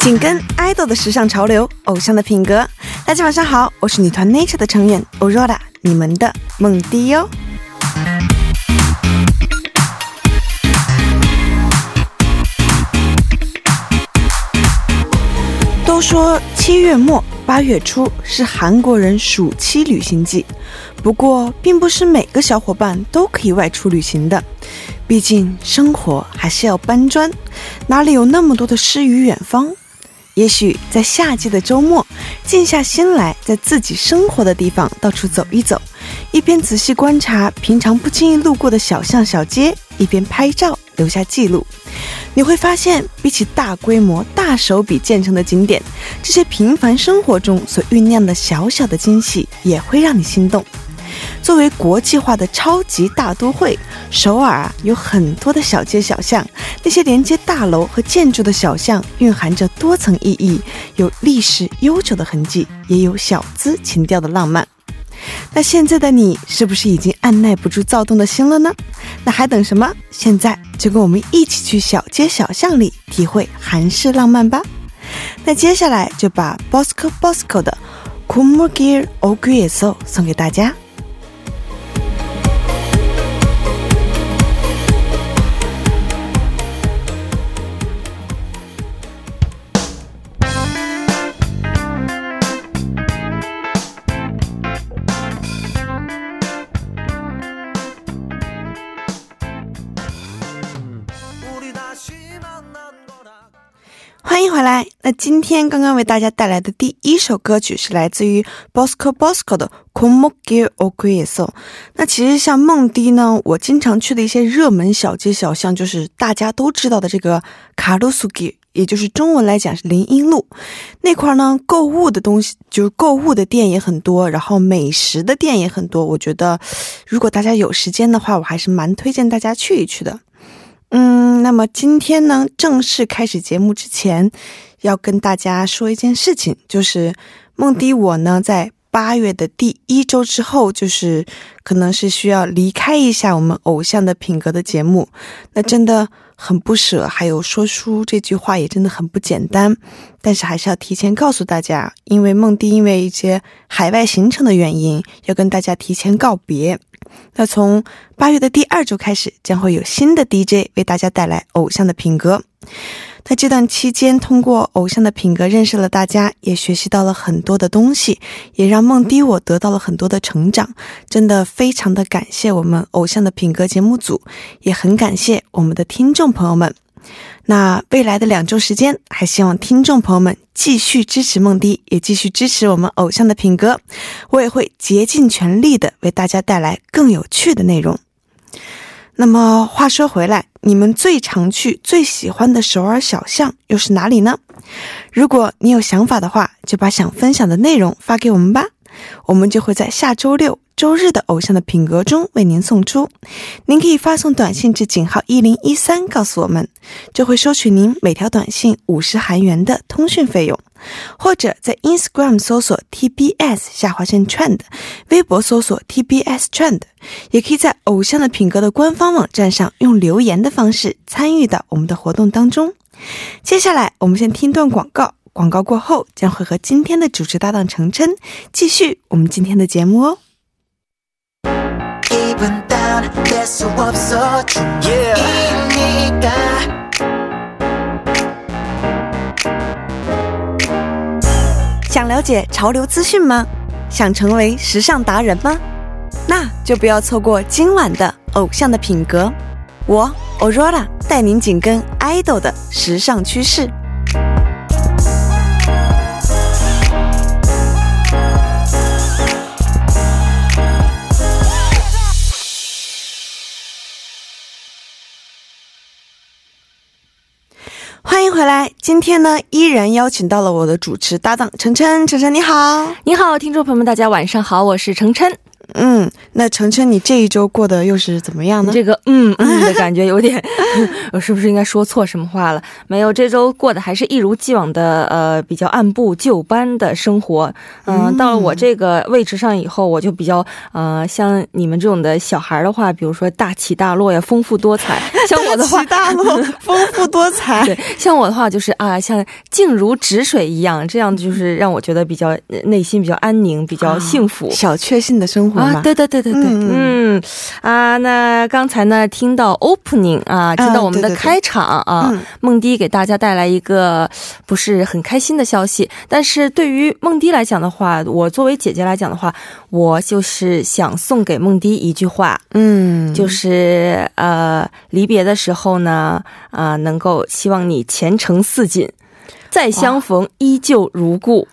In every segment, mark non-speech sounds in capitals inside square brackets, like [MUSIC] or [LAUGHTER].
紧跟 idol 的时尚潮流，偶像的品格。大家晚上好，我是女团 Nature 的成员 Aurora，你们的梦迪哟。都说七月末八月初是韩国人暑期旅行季，不过并不是每个小伙伴都可以外出旅行的，毕竟生活还是要搬砖，哪里有那么多的诗与远方？也许在夏季的周末，静下心来，在自己生活的地方到处走一走，一边仔细观察平常不经意路过的小巷小街，一边拍照留下记录。你会发现，比起大规模、大手笔建成的景点，这些平凡生活中所酝酿的小小的惊喜，也会让你心动。作为国际化的超级大都会，首尔啊有很多的小街小巷，那些连接大楼和建筑的小巷，蕴含着多层意义，有历史悠久的痕迹，也有小资情调的浪漫。那现在的你是不是已经按耐不住躁动的心了呢？那还等什么？现在就跟我们一起去小街小巷里体会韩式浪漫吧！那接下来就把 Bosco Bosco 的《고물길오귀에서》送给大家。 우리 다시 만난 거라 欢迎回来。那今天刚刚为大家带来的第一首歌曲是来自于 Bosco Bosco 的《k o m o g i o k u e s o 那其实像梦迪呢，我经常去的一些热门小街小巷，就是大家都知道的这个卡路苏吉，也就是中文来讲是林荫路那块儿呢，购物的东西就是购物的店也很多，然后美食的店也很多。我觉得如果大家有时间的话，我还是蛮推荐大家去一去的。嗯，那么今天呢，正式开始节目之前，要跟大家说一件事情，就是梦迪我呢在八月的第一周之后，就是可能是需要离开一下我们偶像的品格的节目，那真的很不舍。还有说书这句话也真的很不简单，但是还是要提前告诉大家，因为梦迪因为一些海外行程的原因，要跟大家提前告别。那从八月的第二周开始，将会有新的 DJ 为大家带来偶像的品格。那这段期间，通过偶像的品格认识了大家，也学习到了很多的东西，也让梦迪我得到了很多的成长。真的非常的感谢我们偶像的品格节目组，也很感谢我们的听众朋友们。那未来的两周时间，还希望听众朋友们继续支持梦迪，也继续支持我们偶像的品格。我也会竭尽全力的为大家带来更有趣的内容。那么话说回来，你们最常去、最喜欢的首尔小巷又是哪里呢？如果你有想法的话，就把想分享的内容发给我们吧，我们就会在下周六、周日的《偶像的品格》中为您送出。您可以发送短信至井号一零一三告诉我们，就会收取您每条短信五十韩元的通讯费用。或者在 Instagram 搜索 TBS 下划线 Trend，微博搜索 TBS Trend，也可以在偶像的品格的官方网站上用留言的方式参与到我们的活动当中。接下来我们先听段广告，广告过后将会和今天的主持搭档程琛继续我们今天的节目哦。 기분 다운될수 없어 중이니까 y 想了解潮流资讯吗？想成为时尚达人吗？那就不要错过今晚的《偶像的品格》，我 Aurora 带您紧跟 idol 的时尚趋势。欢迎回来，今天呢依然邀请到了我的主持搭档晨晨，晨晨你好。你好，听众朋友们，大家晚上好，我是程琛。嗯，那程程，你这一周过得又是怎么样呢？这个嗯 [LAUGHS] 嗯的感觉有点， [LAUGHS] 我是不是应该说错什么话了？没有，这周过得还是一如既往的呃比较按部就班的生活。嗯、到了我这个位置上以后，我就比较呃像你们这种的小孩儿的话，比如说大起大落呀，丰富 [LAUGHS] 多彩。像我的话大起，大落，丰富多彩。对，像我的话就是啊，像静如止水一样，这样就是让我觉得比较呃内心比较安宁，比啊较幸福。小确幸的生活嘛。啊，对对对对对，嗯啊，那刚才呢听到 opening 啊，知道我们的对对对开场啊，嗯梦迪给大家带来一个不是很开心的消息，但是对于梦迪来讲的话，我作为姐姐来讲的话，我就是想送给梦迪一句话，嗯，就是呃，离别的时候呢，啊、能够希望你前程似锦，再相逢依旧如故。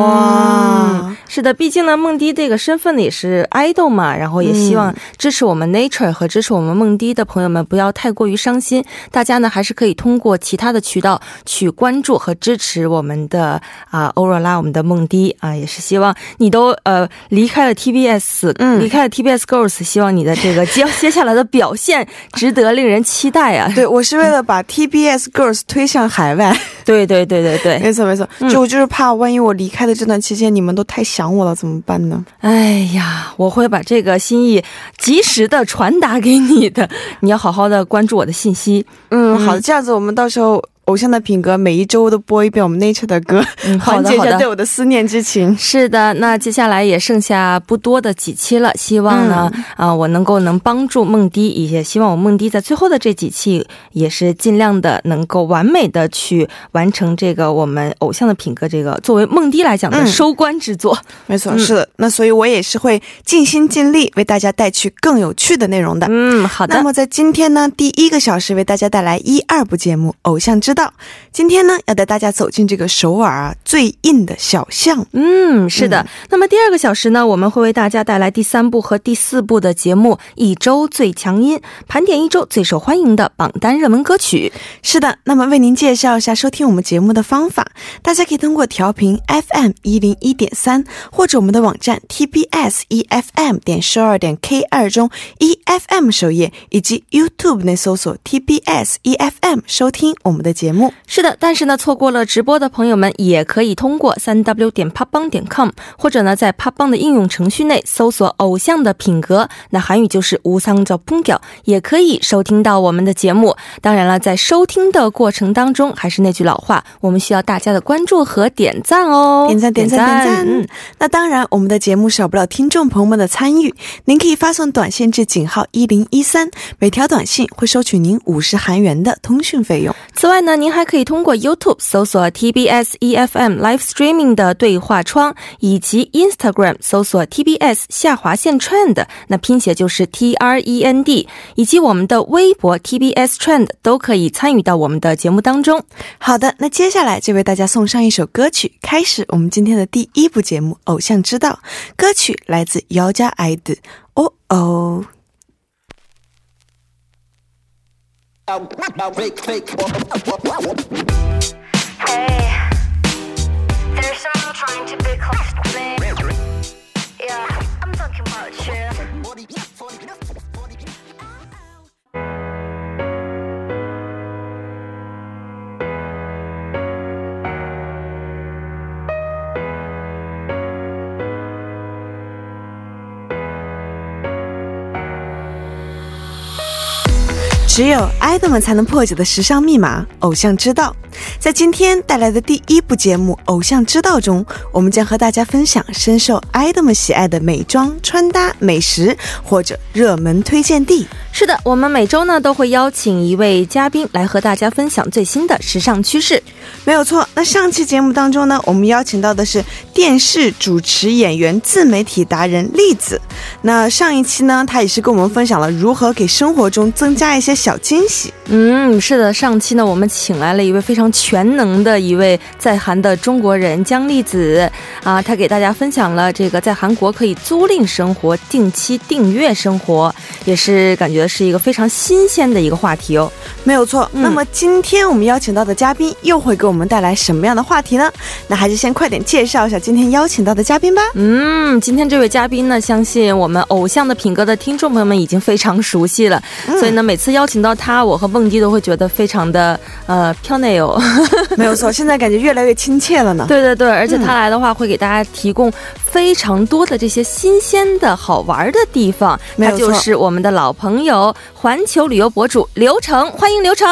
哇嗯是的，毕竟呢，梦迪这个身份呢也是 idol 嘛，然后也希望支持我们 Nature 和支持我们梦迪的朋友们不要太过于伤心，大家呢还是可以通过其他的渠道去关注和支持我们的啊欧若拉，我们的梦迪啊，也是希望你都呃离开了 TBS，嗯离开了 TBS Girls，希望你的这个接接下来的表现值得令人期待啊！对我是为了把 TBS Girls 推向海外。对对对对对，没错没错，就我就是怕，万一我离开的这段期间，你们都太想我了，怎么办呢？哎呀，我会把这个心意及时的传达给你的。你要好好的关注我的信息，嗯，好的，这样子我们到时候。偶像的品格，每一周都播一遍我们 Nature 的歌，嗯好的缓解一好下的对我的思念之情。是的，那接下来也剩下不多的几期了，希望呢，啊、我能够能帮助梦迪，也希望我梦迪在最后的这几期也是尽量的能够完美的去完成这个我们偶像的品格这个作为梦迪来讲的嗯收官之作。没错，是的。那所以我也是会尽心尽力为大家带去更有趣的内容的。嗯，好的那。么在今天呢，第一个小时为大家带来一二部节目《偶像之道》。今天呢，要带大家走进这个首尔啊最硬的小巷。嗯，是的。那么第二个小时呢，我们会为大家带来第三部和第四部的节目《一周最强音》，盘点一周最受欢迎的榜单热门歌曲。是的，那么为您介绍一下收听我们节目的方法。大家可以通过调频 FM 一零一点三，或者我们的网站 TBS EFM E 点十二点 K 二中 EFM 首页，以及 YouTube 内搜索 TBS EFM E 收听我们的节目。是的，但是呢，错过了直播的朋友们，也可以通过三 w 点 p o p b a n g 点 com，或者呢，在 p o p b a n g 的应用程序内搜索“偶像的品格”，那韩语就是“无상적朋友”，也可以收听到我们的节目。当然了，在收听的过程当中，还是那句老话，我们需要大家的关注和点赞哦，点赞点赞点赞！嗯那当然，我们的节目少不了听众朋友们的参与。您可以发送短信至井号一零一三，每条短信会收取您五十韩元的通讯费用。此外呢，您还可以通过 YouTube 搜索 TBS EFM E Live Streaming 的对话窗，以及 Instagram 搜索 TBS 下划线 Trend，那拼写就是 T R E N D，以及我们的微博 TBS Trend 都可以参与到我们的节目当中。好的，那接下来就为大家送上一首歌曲，开始我们今天的第一部节目《偶像之道》。歌曲来自姚家爱的《哦哦》。 Hey, there's someone trying to be close to me. Yeah, I'm talking about you. 《只有爱豆们才能破解的时尚密码》《偶像之道》，在今天带来的第一部节目《偶像之道》中，我们将和大家分享深受爱豆们喜爱的美妆、穿搭、美食或者热门推荐地。是的，我们每周呢都会邀请一位嘉宾来和大家分享最新的时尚趋势。没有错，那上期节目当中呢，我们邀请到的是电视主持、演员、自媒体达人栗子。那上一期呢，她也是跟我们分享了如何给生活中增加一些小惊喜。嗯，是的，上期呢我们请来了一位非常常全能的一位在韩的中国人姜丽子啊，她给大家分享了这个在韩国可以租赁生活、定期订阅生活，也是感觉是一个非常新鲜的一个话题哦。没有错。嗯那么今天我们邀请到的嘉宾又会给我们带来什么样的话题呢？那还是先快点介绍一下今天邀请到的嘉宾吧。嗯，今天这位嘉宾呢，相信我们偶像的品格的听众朋友们已经非常熟悉了，所以呢，每次邀请到他，我和蹦迪都会觉得非常的呃飘内哦。 [LAUGHS] 没有错，现在感觉越来越亲切了呢。对对对，而且他来的话会给大家提供非常多的这些新鲜的好玩的地方。没有他错就是我们的老朋友环球旅游博主刘成，欢迎刘成。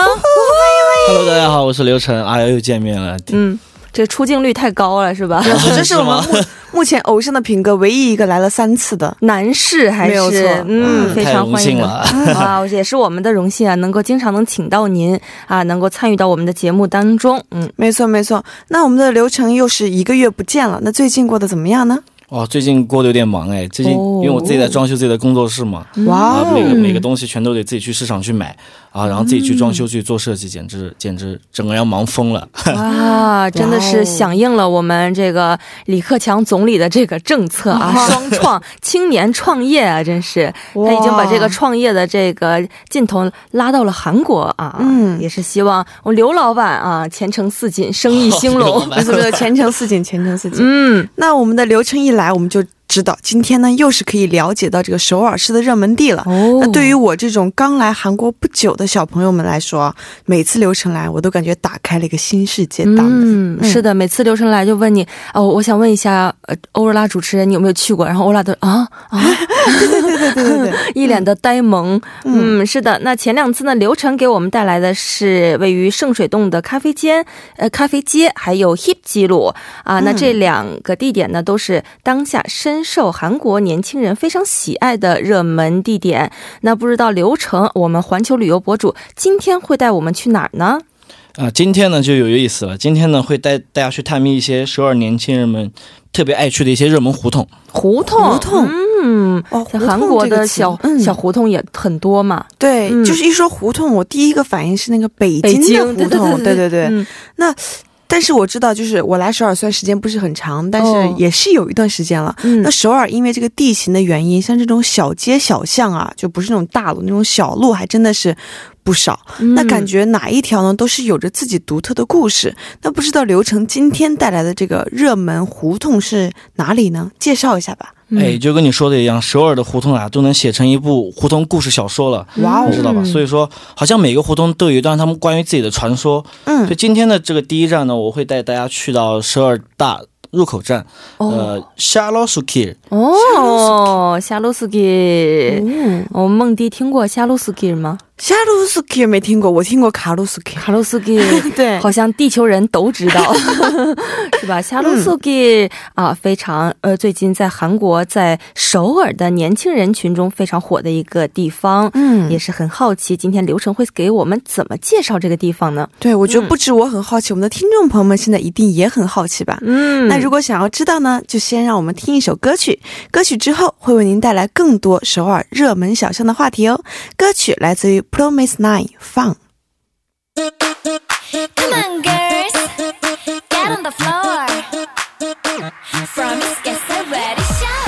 Hello，大家好，我是刘晨，哎呀，又见面了。嗯，这出镜率太高了是吧？ [LAUGHS] 这 [LAUGHS] 是我 [LAUGHS] 们目 [LAUGHS] 目前偶像的品格唯一一个来了三次的。男士还没有错是嗯，非太常荣欢幸迎的 [LAUGHS] 了啊，也是我们的荣幸啊，能够经常能请到您啊，能够参与到我们的节目当中，嗯。没错没错，那我们的流程又是一个月不见了，那最近过得怎么样呢？哦，最近过得有点忙哎，最近哦因为我自己在装修自己的工作室嘛，嗯哇啊，哦 [LAUGHS] 每个每个东西全都得自己去市场去买啊，然后自己去装修去做设计，简嗯直简直整个人要忙疯了。哇，啊真的哇是哦响应了我们这个李克强总理的这个政策啊，双创青年创业啊，真是他已经把这个创业的这个劲头拉到了韩国啊，嗯也是希望我刘老板啊前程似锦，生意兴刘隆老，没错没错，前程似锦，前程似锦。 [LAUGHS] 嗯。那我们的流程一来，我们就知道今天呢又是可以了解到这个首尔市的热门地了。哦那对于我这种刚来韩国不久的小朋友们来说，每次流程来，我都感觉打开了一个新世界大门。嗯，是的，每次刘晨来就问你哦，我想问一下，呃，欧若拉主持人你有没有去过？然后欧拉都啊啊， [LAUGHS] 对对对对， [LAUGHS] 一脸的呆萌。嗯，是的。那前两次呢，刘晨给我们带来的是位于圣水洞的咖啡间，呃，咖啡街，还有 Hip 记录啊。那嗯这两个地点呢，都是当下深受韩国年轻人非常喜爱的热门地点。那不知道刘晨，我们环球旅游博主今天会带我们去哪儿呢？啊，今天呢就有意思了，今天呢会带大家去探秘一些首尔年轻人们特别爱去的一些热门胡同。胡同，胡同嗯，哦胡在同韩国这个的词小、嗯小胡同也很多嘛，对，嗯就是一说胡同，我第一个反应是那个北北京的京胡同，对对对对。嗯那但是我知道，就是我来首尔虽然时间不是很长，但是哦也是有一段时间了。嗯那首尔因为这个地形的原因，像这种小街小巷啊，就不是那种大路，那种小路还真的是不少。那感嗯觉哪一条呢，都是有着自己独特的故事。那不知道刘成今天带来的这个热门胡同是哪里呢？介绍一下吧。哎，就跟你说的一样，首尔的胡同啊都能写成一部胡同故事小说了。哇哦你知道吧？所以说，好像每个胡同都有一段他们关于自己的传说。嗯所以今天的这个第一站呢，我会带大家去到首尔大入口站，呃 s h a l o s u k i 哦，夏洛斯基，我、哦、梦迪听过夏洛斯基吗？夏鲁斯基没听过，我听过卡鲁斯基。卡洛斯 [LAUGHS] 基，对好像地球人都知 [LAUGHS] 道，是吧？夏洛斯基啊，非常呃，最近在韩国在首尔的年轻人群中非常火的一个地方，嗯也是很好奇，今天刘晨会给我们怎么介绍这个地方呢？对，我觉得不止我很好奇，我们的听众朋友们现在一定也很好奇吧？嗯那如果想要知道呢，就先让我们听一首歌曲，歌曲之后会为您带来更多首尔热门小巷的话题哦。歌曲来自于 Promise Nine 放。 Come on, girls, get on the floor. From us, get so ready, show.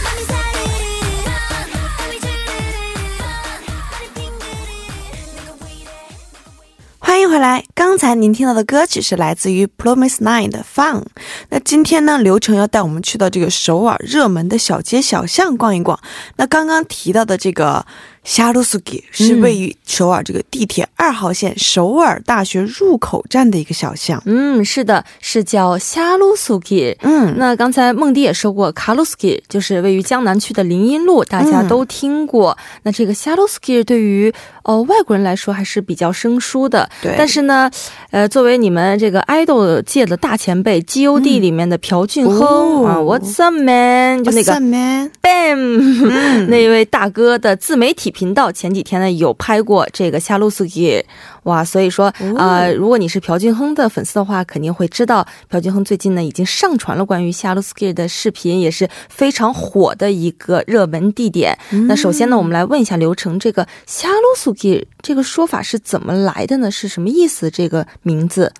맘이 사르르르, 땀이 주르르, 머리 빙그르르, 내가 waiting. 欢迎回来！刚才您听到的歌曲是来自于 Promise Nine 的 Fun。那今天呢，刘程要带我们去到这个首尔热门的小街小巷逛一逛。那刚刚提到的这个 s h a l u s u k i 是位于首尔这个地铁二号线首尔大学入口站的一个小巷。嗯，是的，是叫虾鲁苏基。嗯，那刚才梦迪也说过，卡鲁斯基就是位于江南区的林荫路，大嗯家都听过。那这个虾鲁斯基对于呃外国人来说还是比较生疏的。对但是呢，呃，作为你们这个爱豆界的大前辈，G.O.D 里面的朴俊亨、嗯哦啊，What's up man，就那 What's 个 up, man？ Bam、那一位大哥的自媒体体频道前几天呢有拍过这个夏露斯基，哇，所以说呃，如果你是朴俊亨的粉丝的话，肯定会知道朴俊亨最近呢已经上传了关于夏露斯基的视频，也是非常火的一个热门地点。那首先呢，我们来问一下流程，这个夏露斯基这个说法是怎么来的呢？是什么意思？这个名字？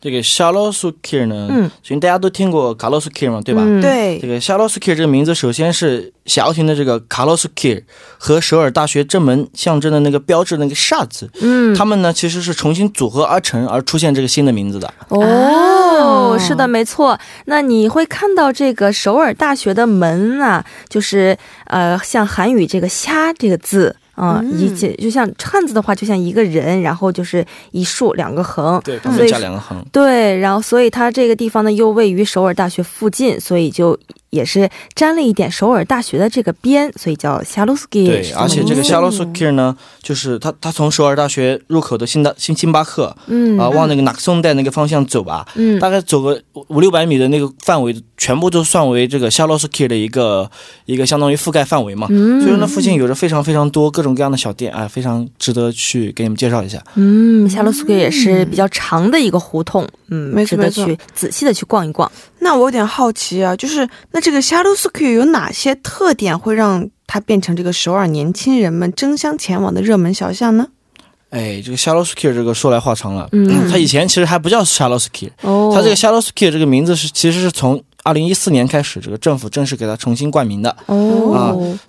这个 Shalosukir 呢，嗯，首先大家都听过 Kalosukir 嘛，对吧？嗯这对，个 Shalosukir 这个名字，首先是小提琴的这个 Kalosukir 和首尔大学正门象征的那个标志的那个 s h 字，嗯，他们呢其实是重新组合而成而出现这个新的名字的。哦，是的，没错。那你会看到这个首尔大学的门啊，就是呃，像韩语这个“虾”这个字。啊、嗯一就就像汉字的话，就像一个人，然后就是一竖两个横，对，旁所边以加两个横。嗯对，然后所以它这个地方呢又位于首尔大学附近，所以就也是沾了一点首尔大学的这个边，所以叫夏鲁斯基。对，是吗而且这个嗯 Shalosukir 呢，就是他他从首尔大学入口的新大新星巴克嗯啊、往那个 Naksong 带那个方向走吧，嗯大概走个五五六百米的那个范围，全部都算为这个 Shalosukir 的一个一个相当于覆盖范围嘛。所以说嗯呢，附近有着非常非常多各种各样的小店，哎，非常值得去给你们介绍一下。嗯，夏鲁斯基也是比较长的一个胡同，嗯，没错值得没错去仔细的去逛一逛。那我有点好奇啊，就是那这个 Shadow s u k i 有哪些特点会让它变成这个首尔年轻人们争相前往的热门小巷呢？哎，这个 Shalosukir 这个说来话长了，嗯它以前其实还不叫 Shalosukir，哦它这个 Shalosukir 这个名字是其实是从二零一四年开始，这个政府正式给它重新冠名的。啊哦，啊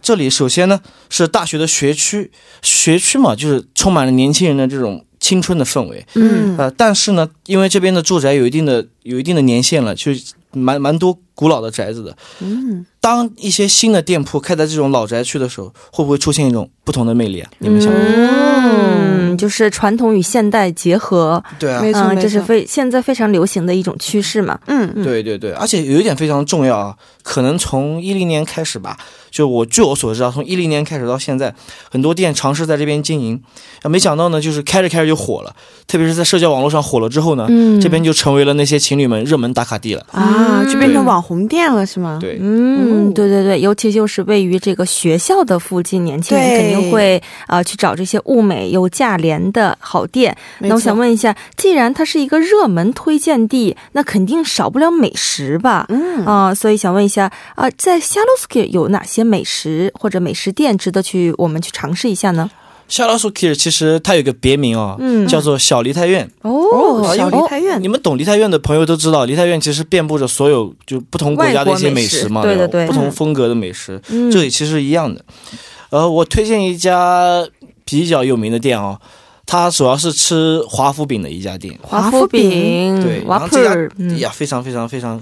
这里首先呢是大学的学区，学区嘛就是充满了年轻人的这种青春的氛围。嗯呃，但是呢，因为这边的住宅有一定的有一定的年限了，就是蛮蛮多古老的宅子的。嗯，当一些新的店铺开在这种老宅区的时候，会不会出现一种不同的魅力啊？你们想？嗯，就是传统与现代结合，对啊没错嗯，没这是错非现在非常流行的一种趋势嘛。嗯，对对对，而且有一点非常重要啊，可能从一零年开始吧，就我据我所知啊，从一零年开始到现在，很多店尝试在这边经营，啊，没想到呢，就是开着开着就火了，特别是在社交网络上火了之后呢，嗯这边就成为了那些情侣们热门打卡地了。啊，就变对成网红店了是吗？，对，嗯哦，对对对，尤其就是位于这个学校的附近，年轻人肯定对会啊、去找这些物美又价廉的好店。那我想，问一下，既然它是一个热门推荐地，那肯定少不了美食吧？嗯啊、所以想问一下啊、在夏洛斯基有哪些美食或者美食店值得去我们去尝试一下呢？夏老鼠 Kir 其实它有一个别名哦，嗯叫做小梨泰院。哦，小梨泰哎院你，们懂梨泰院的朋友都知道，梨泰院其实遍布着所有就不同国家的一些美食嘛，外国美食吧对对对不同风格的美食，嗯这里其实一样的。呃，我推荐一家比较有名的店哦，它主要是吃华夫饼的一家店，华夫饼对，然瓦后普嗯这家儿，哎呀，非常非常非常，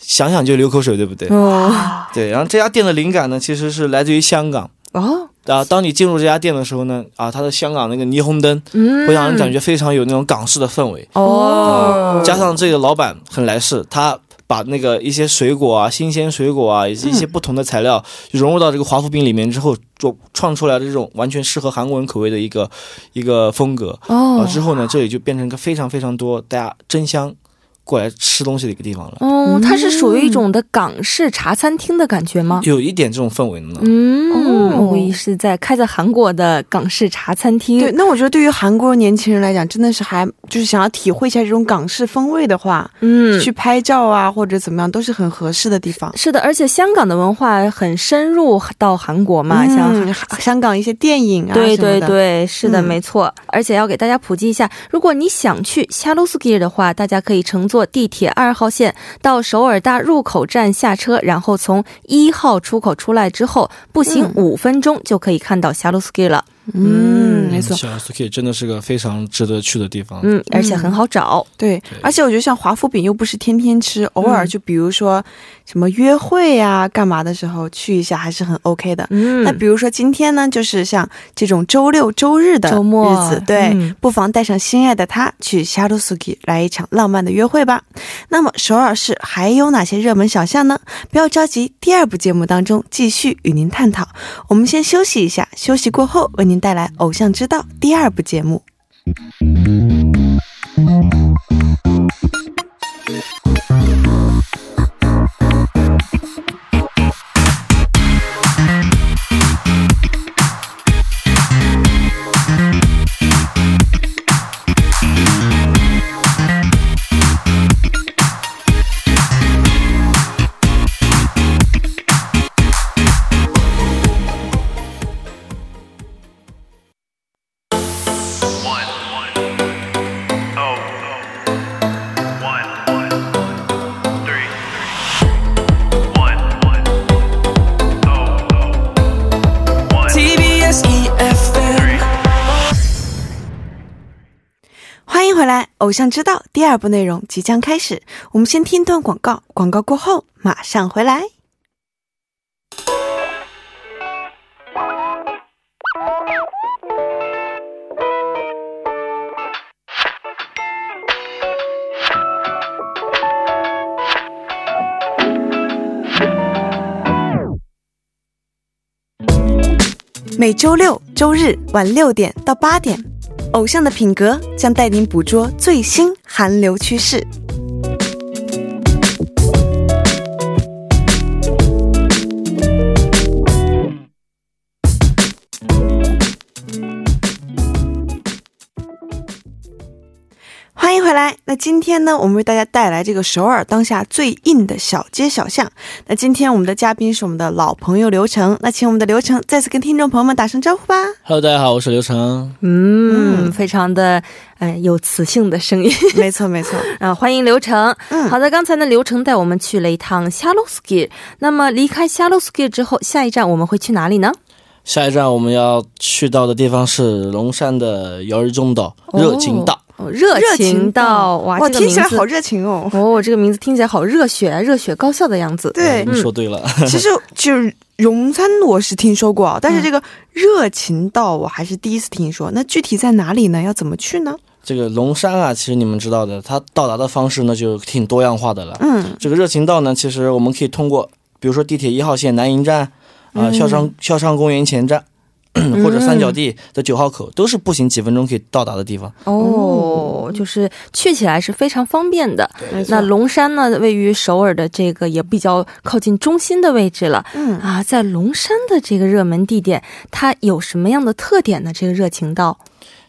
想想就流口水，对不对？哦对，然后这家店的灵感呢，其实是来自于香港。哦，啊，当你进入这家店的时候呢，啊，它的香港那个霓虹灯嗯，会让人感觉非常有那种港式的氛围。哦，啊加上这个老板很来事，他把那个一些水果啊、新鲜水果啊，以嗯及一些不同的材料，就融入到这个华夫饼里面之后，做创出来的这种完全适合韩国人口味的一个一个风格。哦啊，之后呢，这里就变成一个非常非常多大家争相过来吃东西的一个地方了，哦，它是属于一种的港式茶餐厅的感觉吗？有一点这种氛围呢。嗯，哦无疑是在开在韩国的港式茶餐厅。对，那我觉得对于韩国年轻人来讲，真的是还就是想要体会一下这种港式风味的话，嗯，去拍照啊或者怎么样都是很合适的地方。是的，而且香港的文化很深入到韩国嘛，嗯，像。香港一些电影啊，对对，对，是的，嗯没错。而且要给大家普及一下，如果你想去夏鲁斯基的话，大家可以乘坐地铁二号线到首尔大入口站下车，然后从一号出口出来之后，步行嗯五分钟就可以看到夏鲁斯基了。嗯，没错，小 SK 真的是个非常值得去的地方。嗯，而且很好找。对，而且我觉得像华夫饼又不是天天吃，偶嗯尔就比如说什么约会呀、干嘛的时候去一下还是很 OK 的。嗯，那比如说今天呢，就是像这种周六周日的周末日子，对，嗯不妨带上心爱的他去 s h a d o s u k i 来一场浪漫的约会吧。那么首尔市还有哪些热门小巷呢？不要着急，第二部节目当中继续与您探讨。我们先休息一下，休息过后为您带来《偶像之道》第二部节目。 「偶像知道》第二部内容即将开始，我们先听一段广告，广告过后马上回来。每周六、周日晚六点到八点，《偶像的品格》将带您捕捉最新韩流趋势。欢迎回来。那今天呢，我们为大家带来这个首尔当下最硬的小街小巷。那今天我们的嘉宾是我们的老朋友刘成，那请我们的刘成再次跟听众朋友们打声招呼吧。 Hello，大家好，我是刘成。嗯，非常的呃有磁性的声音 [LAUGHS] 没错，没错。啊，欢迎刘成。嗯好的，刚才呢，刘成带我们去了一趟 s h a l o s k i 那么离开 s h a l o s k i 之后，下一站我们会去哪里呢？下一站我们要去到的地方是龙山的姚日中岛、热情道。哦， [LAUGHS] 热热情情道，哇，哇，这个听起来名字好热情哦。哦，这个名字听起来好热血，啊热血高校的样子。对，嗯你说对了， [LAUGHS] 其实就是荣参我是听说过，但是这个热情道我还是第一次听说。那具体在哪里呢？要怎么去呢？这个龙山啊，其实你们知道的，它到达的方式呢就挺多样化的了。嗯，这个热情道呢，其实我们可以通过，比如说地铁一号线南营站啊、嗯孝昌孝昌公园前站， [CLEARS THROAT] 或者三角嗯地的九号口，都是步行几分钟可以到达的地方。嗯哦，就是去起来是非常方便的。那龙山呢，位于首尔的这个也比较靠近中心的位置了。嗯啊，在龙山的这个热门地点，它有什么样的特点呢？这个热情道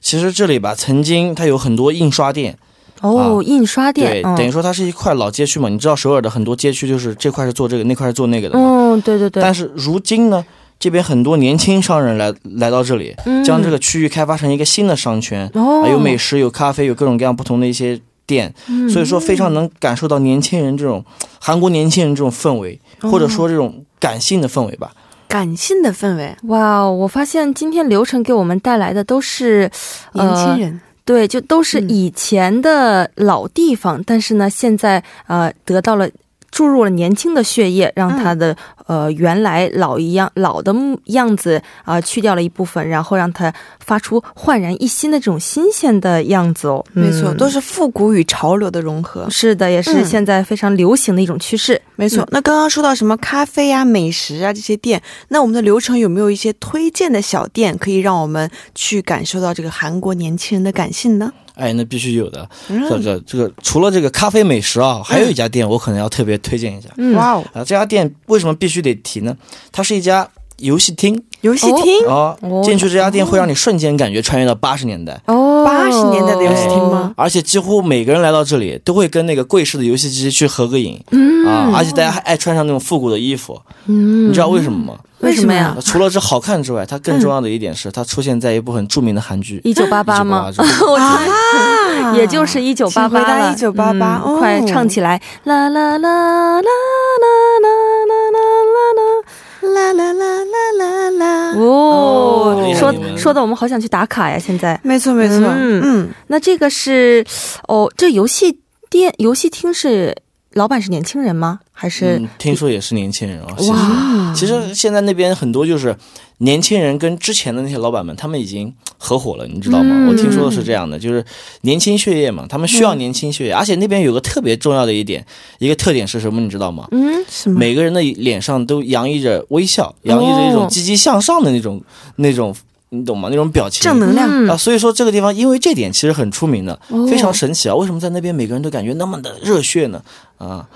其实这里吧，曾经它有很多印刷店，哦，啊印刷对，店，嗯等于说它是一块老街区嘛。你知道首尔的很多街区就是这块是做这个，那块是做那个的嘛。嗯，对对对但，是如今呢，这边很多年轻商人来来到这里，将这个区域开发成一个新的商圈，嗯哦啊，有美食，有咖啡，有各种各样不同的一些店，嗯所以说非常能感受到年轻人这种韩国年轻人这种氛围，哦或者说这种感性的氛围吧。感性的氛围，哇哦，我发现今天流程给我们带来的都是呃年轻人。对，就都嗯是以前的老地方，但是呢，现在呃得到了。注入了年轻的血液，让它的、嗯呃原来老一样老的木样子啊、去掉了一部分，然后让它发出焕然一新的这种新鲜的样子哦。没错，嗯都是复古与潮流的融合。是的，也是嗯现在非常流行的一种趋势。没错，那刚刚说到什么咖啡啊、美食啊这些店，那我们的流程有没有一些推荐的小店，可以让我们去感受到这个韩国年轻人的感性呢？哎，那必须有的。嗯这个这个，除了这个咖啡美食啊，还有一家店我可能要特别推荐一下。嗯，哇哦，啊，这家店为什么必须得提呢？它是一家游戏厅游戏厅，啊哦，进去这家店会让你瞬间感觉穿越到八十年代。哦，八十、年代的游戏厅啊吗？而且几乎每个人来到这里都会跟那个柜式的游戏机去合个影、啊，而且大家还爱穿上那种复古的衣服，嗯，你知道为什么吗？为什么呀？除了这好看之外，它更重要的一点是，它出现在一部很著名的韩剧一九八八吗？ 1988 [LAUGHS] 我听啊也就是一九八请回八答了， 1988嗯哦快唱起来！啦啦啦啦啦啦啦啦啦啦啦啦啦啦啦！啦。哦厉，害说你们说的我们好想去打卡呀！现在，没错，没错，嗯嗯，那这个是哦，这游戏店、游戏厅是老板是年轻人吗？还是嗯，听说也是年轻人啊、其实哇？其实现在那边很多就是年轻人跟之前的那些老板们，他们已经合伙了，你知道吗？嗯我听说的是这样的，就是年轻血液嘛，他们需要年轻血液，而且那边有个特别重要的一点，一个特点是什么，你知道吗？嗯，什么？每个人的脸上都洋溢着微笑，洋溢着一种积极向上的那种、那种，你懂吗？那种表情。正能量。嗯啊，所以说这个地方因为这点其实很出名的，哦非常神奇啊！为什么在那边每个人都感觉那么的热血呢？啊，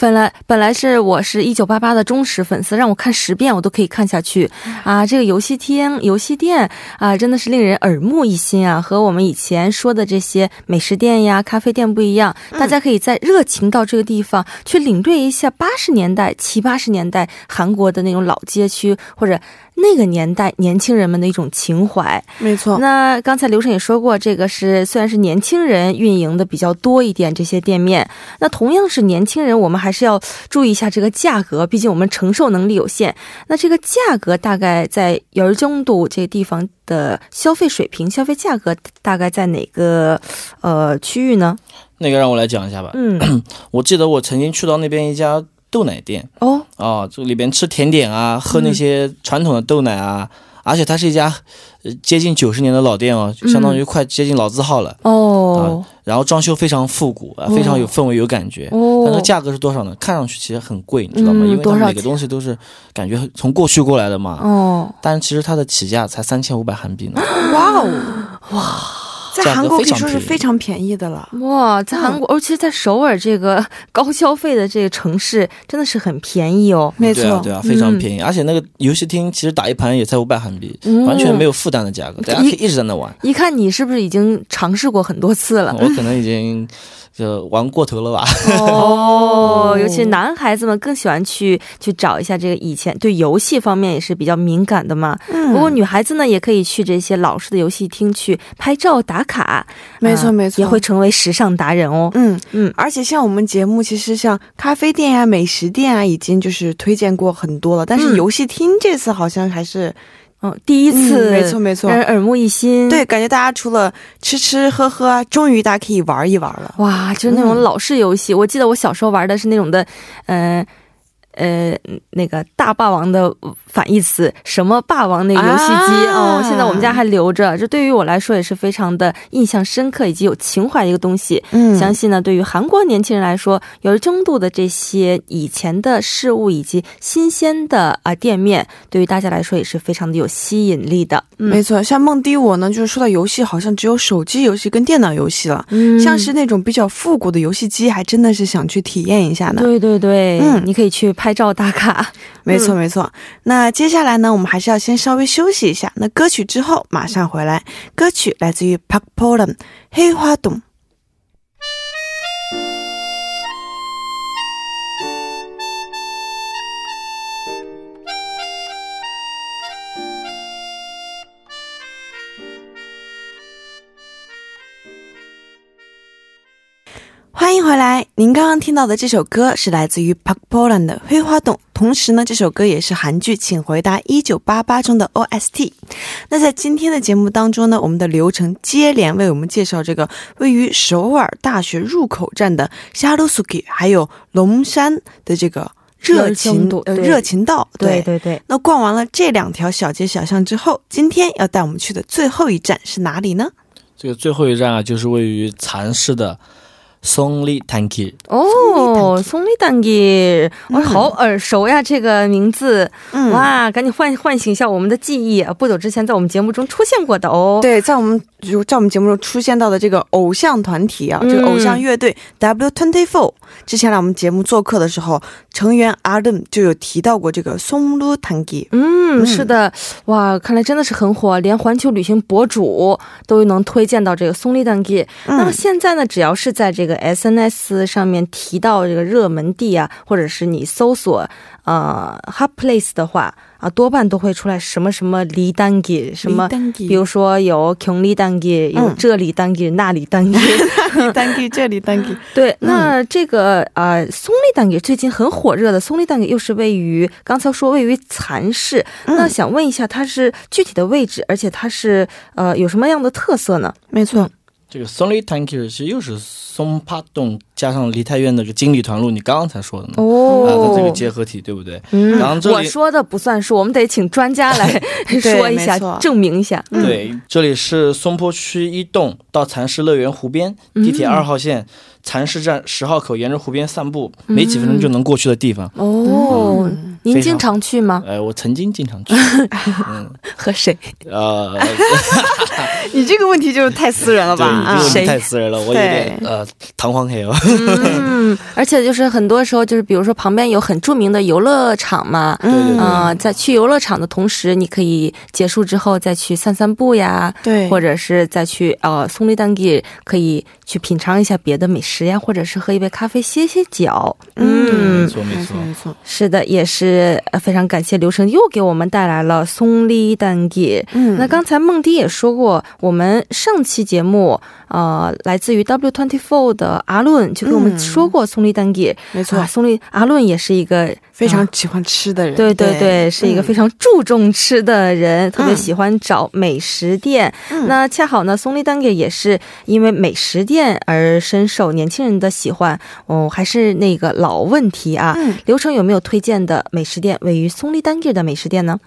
本来本来是我是一九八八的忠实粉丝，让我看十遍我都可以看下去啊！这个游戏厅、游戏店啊，真的是令人耳目一新啊！和我们以前说的这些美食店呀、咖啡店不一样，大家可以在热情到这个地方去领略一下八十年代、七八十年代韩国的那种老街区或者那个年代年轻人们的一种情怀。没错，那刚才刘晨也说过，这个是虽然是年轻人运营的比较多一点这些店面，那同样是年轻人，我们还是要注意一下这个价格，毕竟我们承受能力有限。那这个价格大概在呃열정도这个地方的消费水平、消费价格大概在哪个呃区域呢？那个让我来讲一下吧。嗯，我记得我曾经去到那边一家豆奶店哦，啊、这里边吃甜点啊，喝那些传统的豆奶啊，而且它是一家呃接近九十年的老店哦，相当于快接近老字号了。哦，啊然后装修非常复古啊，非常有氛围、有感觉。哦，但它价格是多少呢？看上去其实很贵，你知道吗？嗯因为它多少每个钱东西都是感觉从过去过来的嘛。哦，啊但其实它的起价才三千五百韩币呢。哇哦，哇，在价韩格国可非以常说是便宜非常便宜的了。哇，在韩国，而且在首尔这个高消费的这个城市，真的是很便宜哦。没错，对啊，对啊，非常便宜。而且那个游戏厅其实打一盘也才五百韩币，嗯完全没有负担的价格，大家可以一直在那玩。 [LAUGHS] 一看你是不是已经尝试过很多次了？我可能已经就玩过头了吧？哦，尤其男孩子们更喜欢去去找一下这个以前对游戏方面也是比较敏感的嘛。嗯不过女孩子呢，也可以去这些老式的游戏厅去拍照打卡，没错啊没错也会成为时尚达人哦。嗯嗯嗯，而且像我们节目，其实像咖啡店呀、美食店啊，已经就是推荐过很多了。但嗯是游戏厅这次好像还是、嗯，第一次，嗯没错没错让人耳目一新。对，感觉大家除了吃吃喝喝啊，终于大家可以玩一玩了。哇，就是那种老式游戏。我记得我小时候玩的是那种的，呃呃，那个大霸王的反义词，什么霸王那个游戏机、啊哦，现在我们家还留着。这对于我来说也是非常的印象深刻以及有情怀的一个东西。嗯相信呢，对于韩国年轻人来说，有争度的这些以前的事物以及新鲜的啊、店面，对于大家来说也是非常的有吸引力的。嗯，没错，像梦迪我呢，就是说到游戏，好像只有手机游戏跟电脑游戏了。嗯像是那种比较复古的游戏机，还真的是想去体验一下呢。对对对，嗯你可以去拍照打卡。没嗯错，没错。那接下来呢，我们还是要先稍微休息一下。那歌曲之后马上回来。歌曲来自于 Park Polam《黑花洞》。欢迎回来！您刚刚听到的这首歌是来自于 Park Bolan 的《黑花洞》，同时呢，这首歌也是韩剧《请回答一九八八》中的 OST。那在今天的节目当中呢，我们的流程接连为我们介绍这个位于首尔大学入口站的 s h a l u s u k i 还有龙山的这个热热情情度呃对热情道。对对，那逛完了这两条小街小巷之后，今天要带我们去的最后一站是哪里呢？这个最后一站啊，就是位于蚕市的松立坦基。哦，松丽丹吉，我好耳熟呀，这个名字，嗯哇，赶紧唤唤醒一下我们的记忆，啊不久之前在我们节目中出现过的哦。，对，在我们就在我们节目中出现到的这个偶像团体啊，这个偶像乐队 W Twenty Four，之前来我们节目做客的时候，成员 Adam 就有提到过这个松露弹吉。嗯，是的，哇，看来真的是很火，连环球旅行博主都能推荐到这个松丽丹吉。那嗯么现在呢，只要是在这个 SNS 上面提到这个热门地啊，或者是你搜索呃 hot place 的话啊，多半都会出来什么什么离丹吉，什么离丹吉比 [LAUGHS] 如说有穷离丹吉，有嗯这里丹吉，那里丹吉。单吉这里单吉， [LAUGHS] 对，那这个呃，松丽蛋给最近很火热的松丽蛋给又是位于刚才说位于蚕市，那想问一下它是具体的位置，而且它是呃有什么样的特色呢？ [LAUGHS] 没错，这个松立坦基其实又是松帕洞加上梨泰院的这个经理团路，你刚刚才说的呢。啊，它这个哦。结合体对不对？嗯然后这里我说的不算数，我们得请专家 [LAUGHS] 来说一下没错，证明一下。嗯对，这里是松坡区一栋到蚕市乐园湖边，嗯地铁二号线蚕市站十号口，沿着湖边散步，没几分钟就能过去的地方。嗯哦，您非常经常去吗？呃，我曾经经 [LAUGHS] 常去，和谁？ [LAUGHS] 呃，你这个问题就是太私人了吧？对，啊这个问谁题太私人了，我有点呃，唐黄黑哦。嗯，而且就是很多时候就是，比如说旁边有很著名的游乐场嘛，对嗯 [LAUGHS] 对对，啊、在去游乐场的同时，你可以结束之后再去散散步呀，对或者是再去呃松林当地可以去品尝一下别的美食呀，或者是喝一杯咖啡歇歇脚。没嗯，错没没错错。没错，是的，也是呃非常感谢刘晨又给我们带来了松林当地。嗯那刚才梦迪也说过，我们上期节目，呃，来自于 W Twenty Four 的阿论就跟我们嗯说过松林当地，没错啊，松林阿论也是一个非常啊喜欢吃的人，嗯对对对，是一个非常注重吃的人，特别喜欢找美食店。嗯那恰好呢，松丽当地也是因为美食店而深受年轻人的喜欢。哦，还是那个老问题啊，嗯流程有没有推荐的美食店位于松丽当地的美食店呢？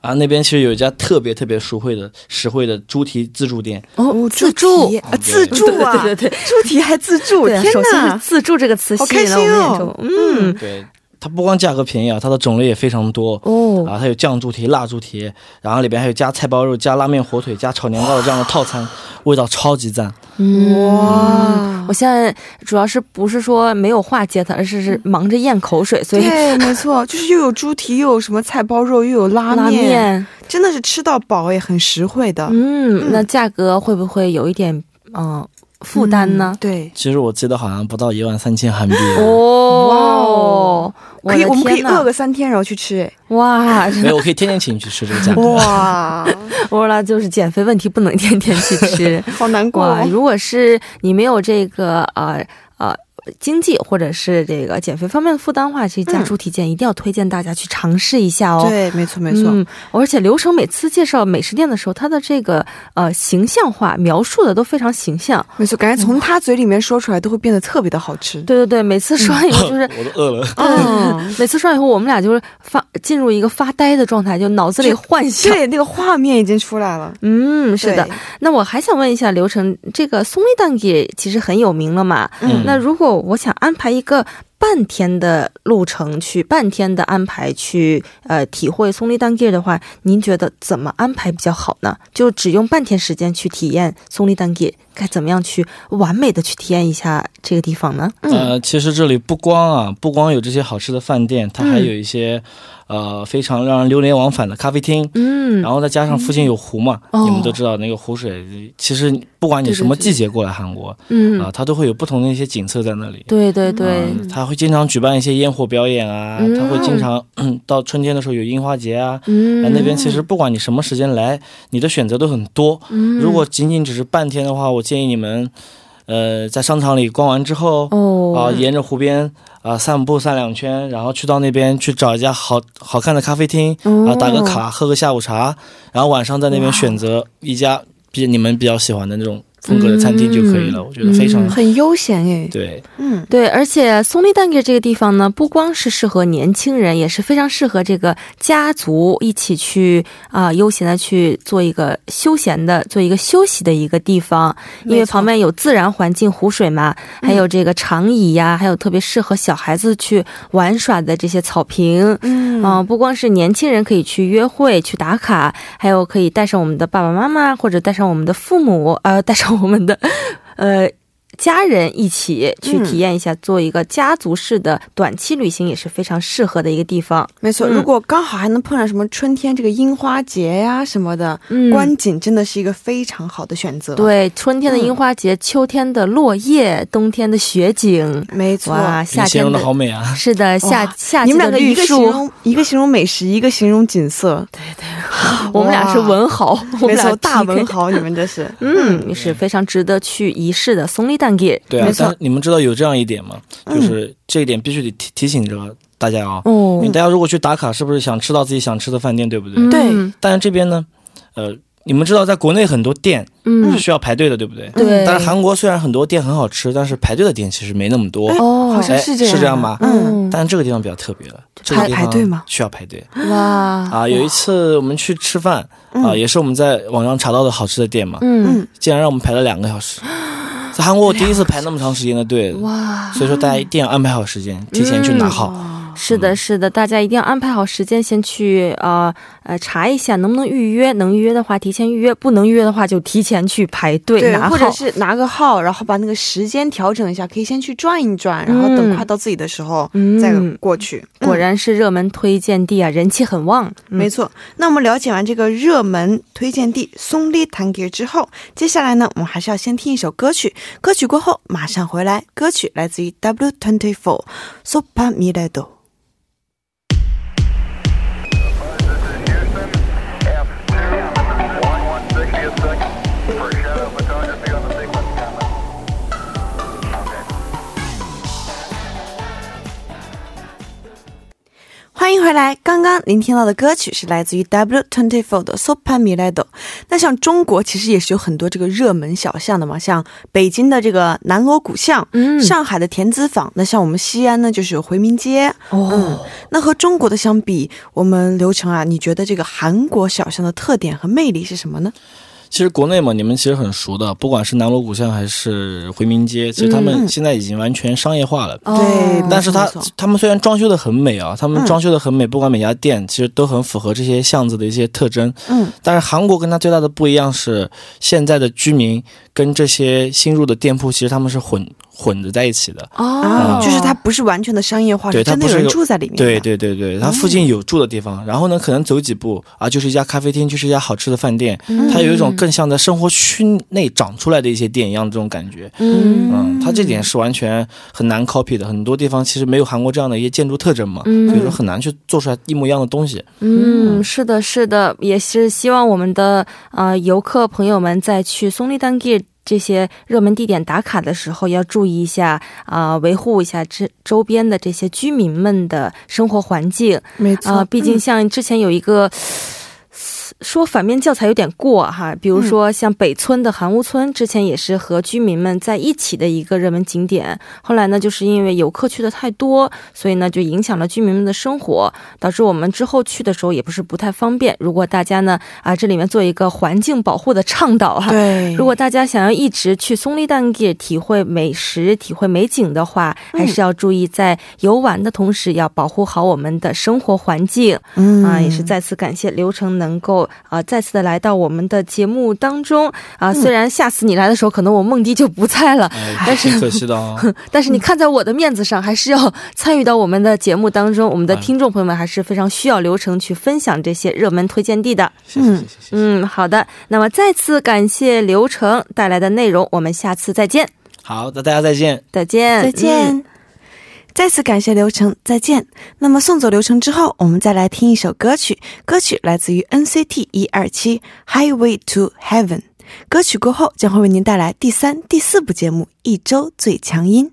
啊，那边其实有一家特别特别实惠的实惠的猪蹄自助店，哦自助啊对自助啊，对对对猪蹄还自助，对啊，哦天首先是哪！自助这个词好吸引了我开们眼心球哦。嗯，对，它不光价格便宜啊，它的种类也非常多。哦，啊，它有酱猪蹄、辣猪蹄，然后里边还有加菜包肉、加拉面、火腿、加炒年糕的这样的套餐，味道超级赞。哇！嗯我现在主要是不是说没有话接他，而是是忙着咽口水，所以嗯对，没错，就是又有猪蹄，又有什么菜包肉，又有拉面，拉面真的是吃到饱也很实惠的。嗯，那价格会不会有一点嗯、呃负担呢？嗯对，其实我记得好像不到一万三千韩币。哦，嗯可以，的我们可以天呐饿个三天，然后去吃。 [LAUGHS] 哇！没有，我可以天天请你去吃这个价哎，[LAUGHS] 格。哇，欧拉就是减肥问题不能天天 [LAUGHS] 去吃。好难过哇，哦。如果是你没有这个呃呃经济或者是这个减肥方面的负担的话，这家嗯猪蹄店一定要推荐大家去尝试一下哦。对，没错没错，嗯，而且刘成每次介绍美食店的时候，他的这个呃形象化描述的都非常形象。没错，感觉从他嘴里面说出来都会变得特别的好吃。对对对，每次说完以后就是我都饿了。嗯， [LAUGHS] 每次说完以后，我们俩就是发进入一个发呆的状态，就脑子里幻想。对，那个画面已经出来了。嗯，是的对。那我还想问一下刘成，这个松味蛋给其实很有名了嘛？嗯那如果我想安排一个半天的路程去，半天的安排去，呃，体会松力蛋给的话，您觉得怎么安排比较好呢？就只用半天时间去体验松力蛋给，该怎么样去完美的去体验一下这个地方呢？呃，其实这里不光啊，不光有这些好吃的饭店，它还嗯有一些、呃非常让人流连忘返的咖啡厅。嗯然后再加上附近有湖嘛，嗯你们都哦知道那个湖水，其实不管你对什对么对季节过来韩国嗯，啊，它都会有不同的一些景色在那里。对对对，嗯，他会经常举办一些烟火表演啊，嗯他会经常嗯到春天的时候有樱花节啊。嗯，那边其实不管你什么时间来，你的选择都很多。嗯如果仅仅只是半天的话，我建议你们，呃，在商场里逛完之后，啊、哦，沿着湖边啊、散步散两圈，然后去到那边去找一家好好看的咖啡厅哦啊、打个卡，喝个下午茶，然后晚上在那边选择一家比你们比较喜欢的那种风格的餐厅就可以了。我觉得非常、嗯很悠闲哎，对。嗯，对，而且松林蛋给这个地方呢，不光是适合年轻人，也是非常适合这个家族一起去啊、悠闲的去做一个休闲的做一个休息的一个地方，因为没错旁边有自然环境湖水嘛，还有这个长椅呀、还有特别适合小孩子去玩耍的这些草坪。嗯啊、不光是年轻人可以去约会、去打卡， [LAUGHS] 还有可以带上我们的爸爸妈妈，或者带上我们的父母，呃， [LAUGHS] 带上我们的呃家人一起去嗯体验一下，做一个家族式的短期旅行也是非常适合的一个地方。没错。嗯如果刚好还能碰上什么春天这个樱花节呀、什么的，嗯观景真的是一个非常好的选择。，对，春天的樱花节，秋天的落叶，冬天的雪景，没错。哇，你夏形天容的好美啊！是的，夏哇夏你季们的两个一绿个形树，容一个形容美食，一个形容景色， [LAUGHS] 我们俩是哇文豪， [LAUGHS] 我没们俩错，大 PK 文。豪，你们这 [LAUGHS] 是。嗯，也是非常值得去一试的松林蛋给。对啊没，错嗯但是你们知道有这样一点吗？就是这一点必须得提提醒着大家啊、哦因为大家如果去打卡，是不是想吃到自己想吃的饭店，对不对？嗯对但是这边呢，呃，你们知道在国内很多店嗯是需要排队的，对不对？对，嗯但是韩国虽然很多店很好吃，但是排队的店其实没那么多。哦，好像是这样的，是这样吧嗯，但是这个地方比较特别了，这个地方排队吗需要排队哇，啊！有一次我们去吃饭啊，也是我们在网上查到的好吃的店嘛，嗯竟然让我们排了两个小时，在韩国我第一次排那么长时间的队，哇，嗯所以说大家一定要安排好时间，提前去拿好。是的，是的，大家一定要安排好时间，先去呃呃查一下能不能预约。能预约的话，提前预约；不能预约的话，就提前去排队拿或号者。是拿个号，然后把那个时间调整一下，可以先去转一转，然后等快到自己的时候、嗯再过去。果然是热门推荐地啊，人气很旺。嗯没错，那我们了解完这个热门推荐地松丽堂吉之后，接下来呢，我们还是要先听一首歌曲。歌曲过后马上回来，歌曲来自于 W Twenty Four s o p a m i r a d o《欢迎回来！刚刚您听到的歌曲是来自于 W Twenty Four 的《Super Milado》。那像中国其实也是有很多这个热门小巷的嘛，像北京的这个南锣鼓巷，嗯上海的田子坊，那像我们西安呢就是有回民街。哦嗯，那和中国的相比，我们刘成啊，你觉得这个韩国小巷的特点和魅力是什么呢？其实国内嘛，你们其实很熟的，不管是南锣鼓巷还是回民街，其实他嗯们现在已经完全商业化哦了。对但是它嗯没错他们虽然装修的很美啊，他们嗯装修的很美，不管每家店其实都很符合这些巷子的一些特征。嗯，但是韩国跟它最大的不一样是，现在的居民跟这些新入的店铺其实他们是混混着在一起的。啊，哦，就是它不是完全的商业化，对是真它的不有是人有住在里面的。嗯对对对对，它附近有住的地方，然后呢，可能走几步啊，就是一家咖啡厅，就是一家好吃的饭店，嗯它有一种更像在生活区内长出来的一些店一样的这种感觉。嗯嗯，它这点是完全很难 copy 的，很多地方其实没有韩国这样的一些建筑特征嘛，嗯所以说很难去做出来一模一样的东西。嗯，是的，是的，也是希望我们的呃游客朋友们在去松丽丹吉这些热门地点打卡的时候，要注意一下啊、维护一下这周边的这些居民们的生活环境没错。嗯啊、毕竟像之前有一个。说反面教材有点过哈，比嗯如说像北村的韩屋村，之前也是和居民们在一起的一个热门景点。后来呢，就是因为游客去的太多，所以呢就影响了居民们的生活，导致我们之后去的时候也不是不太方便。如果大家呢啊这里面做一个环境保护的倡导哈，嗯对，如果大家想要一直去松丽蛋给体会美食、体会美景的话，嗯还是要注意在游玩的同时，要保护好我们的生活环境。嗯啊，也是再次感谢刘成能够啊、再次的来到我们的节目当中啊、虽然下次你来的时候，可能我梦迪就不在了。嗯哎，但是挺可惜的啊、 [LAUGHS] 但是你看在我的面子上，还是要参与到我们嗯的节目当中。我们的听众朋友们还是非常需要流程去分享这些热门推荐地的。谢谢谢谢谢谢。嗯，好的。那么再次感谢流程带来的内容，我们下次再见，好，那大家再见。再见，再见。嗯再次感谢刘程，再见。那么送走刘程之后，我们再来听一首歌曲，歌曲来自于 NCT 一二七《Highway to Heaven》。歌曲过后，将会为您带来第三、第四部节目《一周最强音》。